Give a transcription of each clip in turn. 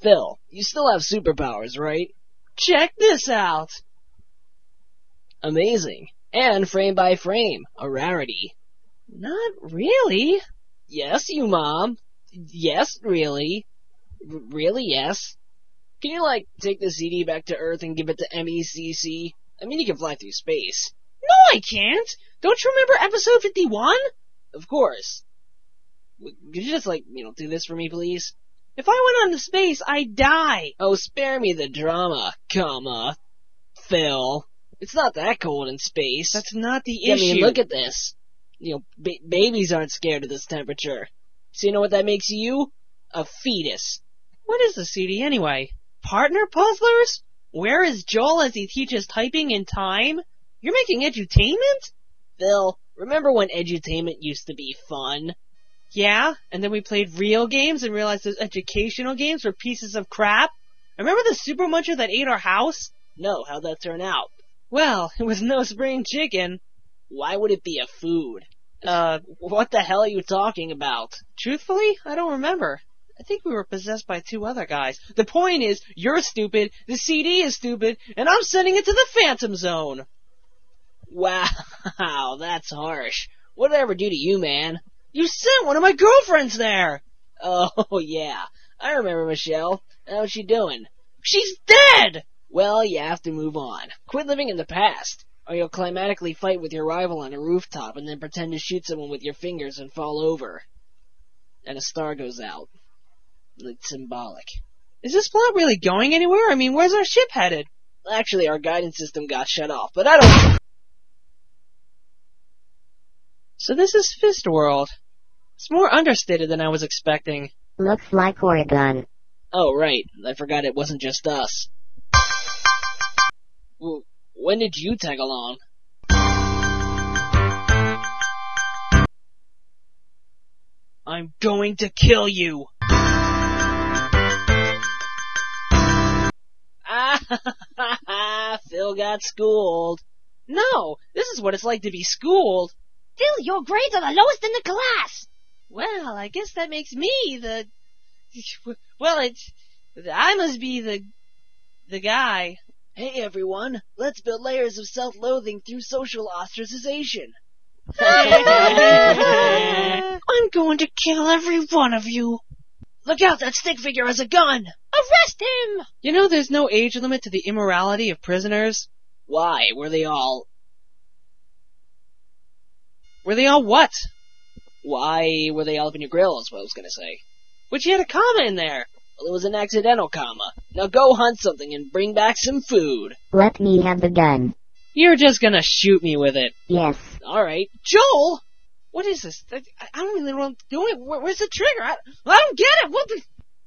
Phil, you still have superpowers, right? Check this out! Amazing. And frame by frame, a rarity. Not really. Yes, you mom. Yes, really. R- really, yes. Can you, like, take the CD back to Earth and give it to MECC? I mean, you can fly through space. No, I can't. Don't you remember episode 51? Of course. W- Could you just, like, you know, do this for me, please? If I went on to space, I'd die. Oh, spare me the drama, comma, Phil. It's not that cold in space. That's not the I issue. mean, look at this. You know, ba- babies aren't scared of this temperature. So you know what that makes you? A fetus. What is the CD anyway? Partner puzzlers? Where is Joel as he teaches typing in time? You're making edutainment? Phil, remember when edutainment used to be fun? Yeah, and then we played real games and realized those educational games were pieces of crap. Remember the super muncher that ate our house? No, how'd that turn out? Well, it was no spring chicken. Why would it be a food? Uh, What the hell are you talking about? truthfully, I don't remember. I think we were possessed by two other guys. The point is, you're stupid, the CD is stupid, and I'm sending it to the Phantom Zone. Wow, that's harsh. What did I ever do to you, man? You sent one of my girlfriends there. Oh, yeah. I remember Michelle. How's she doing? She's dead. Well, you have to move on. Quit living in the past, or you'll climatically fight with your rival on a rooftop and then pretend to shoot someone with your fingers and fall over. And a star goes out. It's symbolic. Is this plot really going anywhere? I mean, where's our ship headed? Actually, our guidance system got shut off, but I don't. So this is Fist World. It's more understated than I was expecting. Looks like we're done. Oh, right. I forgot it wasn't just us. W- When did you tag along? I'm going to kill you. Ah, ha, ha, ha, Phil got schooled. No, this is what it's like to be schooled. Phil, your grades are the lowest in the class. Well, I guess that makes me the. Well, it's. I must be the. the guy. Hey everyone, let's build layers of self-loathing through social ostracization. I'm going to kill every one of you. Look out, that stick figure has a gun! Arrest him! You know, there's no age limit to the immorality of prisoners. Why, were they all... Were they all what? Why were they all up in your grill is what I was gonna say. Which you had a comma in there. Well, it was an accidental comma. Now go hunt something and bring back some food. Let me have the gun. You're just gonna shoot me with it. Yes. Alright. Joel! What is this? I I don't even know what I'm doing. Where, where's the trigger? I, I don't get it! What the?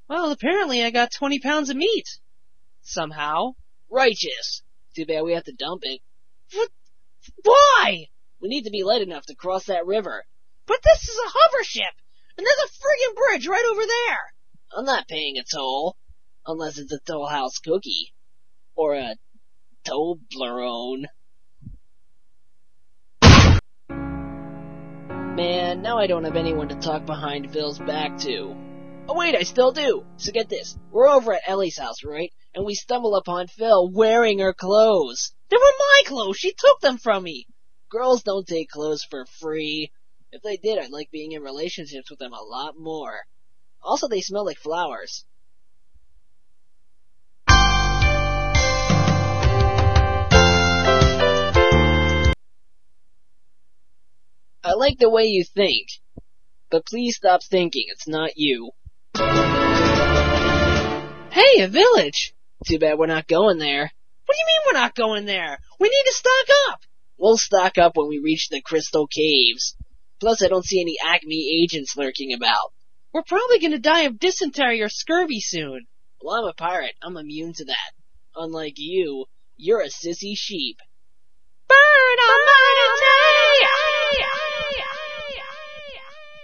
Well, apparently I got 20 pounds of meat. Somehow. Righteous. Too bad we have to dump it. Why? We need to be light enough to cross that river. But this is a hover ship! And there's a friggin' bridge right over there! I'm not paying a toll. Unless it's a Toll House cookie. Or a Toblerone. Man, now I don't have anyone to talk behind Phil's back to. Oh wait, I still do! So get this. We're over at Ellie's house, right? And we stumble upon Phil wearing her clothes. They were my clothes! She took them from me! Girls don't take clothes for free. If they did, I'd like being in relationships with them a lot more. Also, they smell like flowers. I like the way you think, but please stop thinking, it's not you. Hey, a village! Too bad we're not going there. What do you mean we're not going there? We need to stock up! We'll stock up when we reach the Crystal Caves. Plus, I don't see any Acme agents lurking about. We're probably gonna die of dysentery or scurvy soon. Well, I'm a pirate. I'm immune to that. Unlike you, you're a sissy sheep. Bird on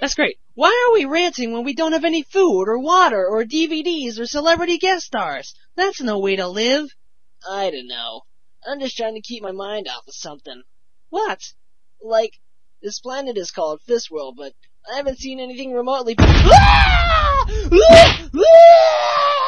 That's great. Why are we ranting when we don't have any food or water or DVDs or celebrity guest stars? That's no way to live. I don't know. I'm just trying to keep my mind off of something. What? Like, this planet is called Fistworld, but I haven't seen anything remotely. Ah! Ah! Ah!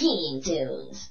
Looney Tunes.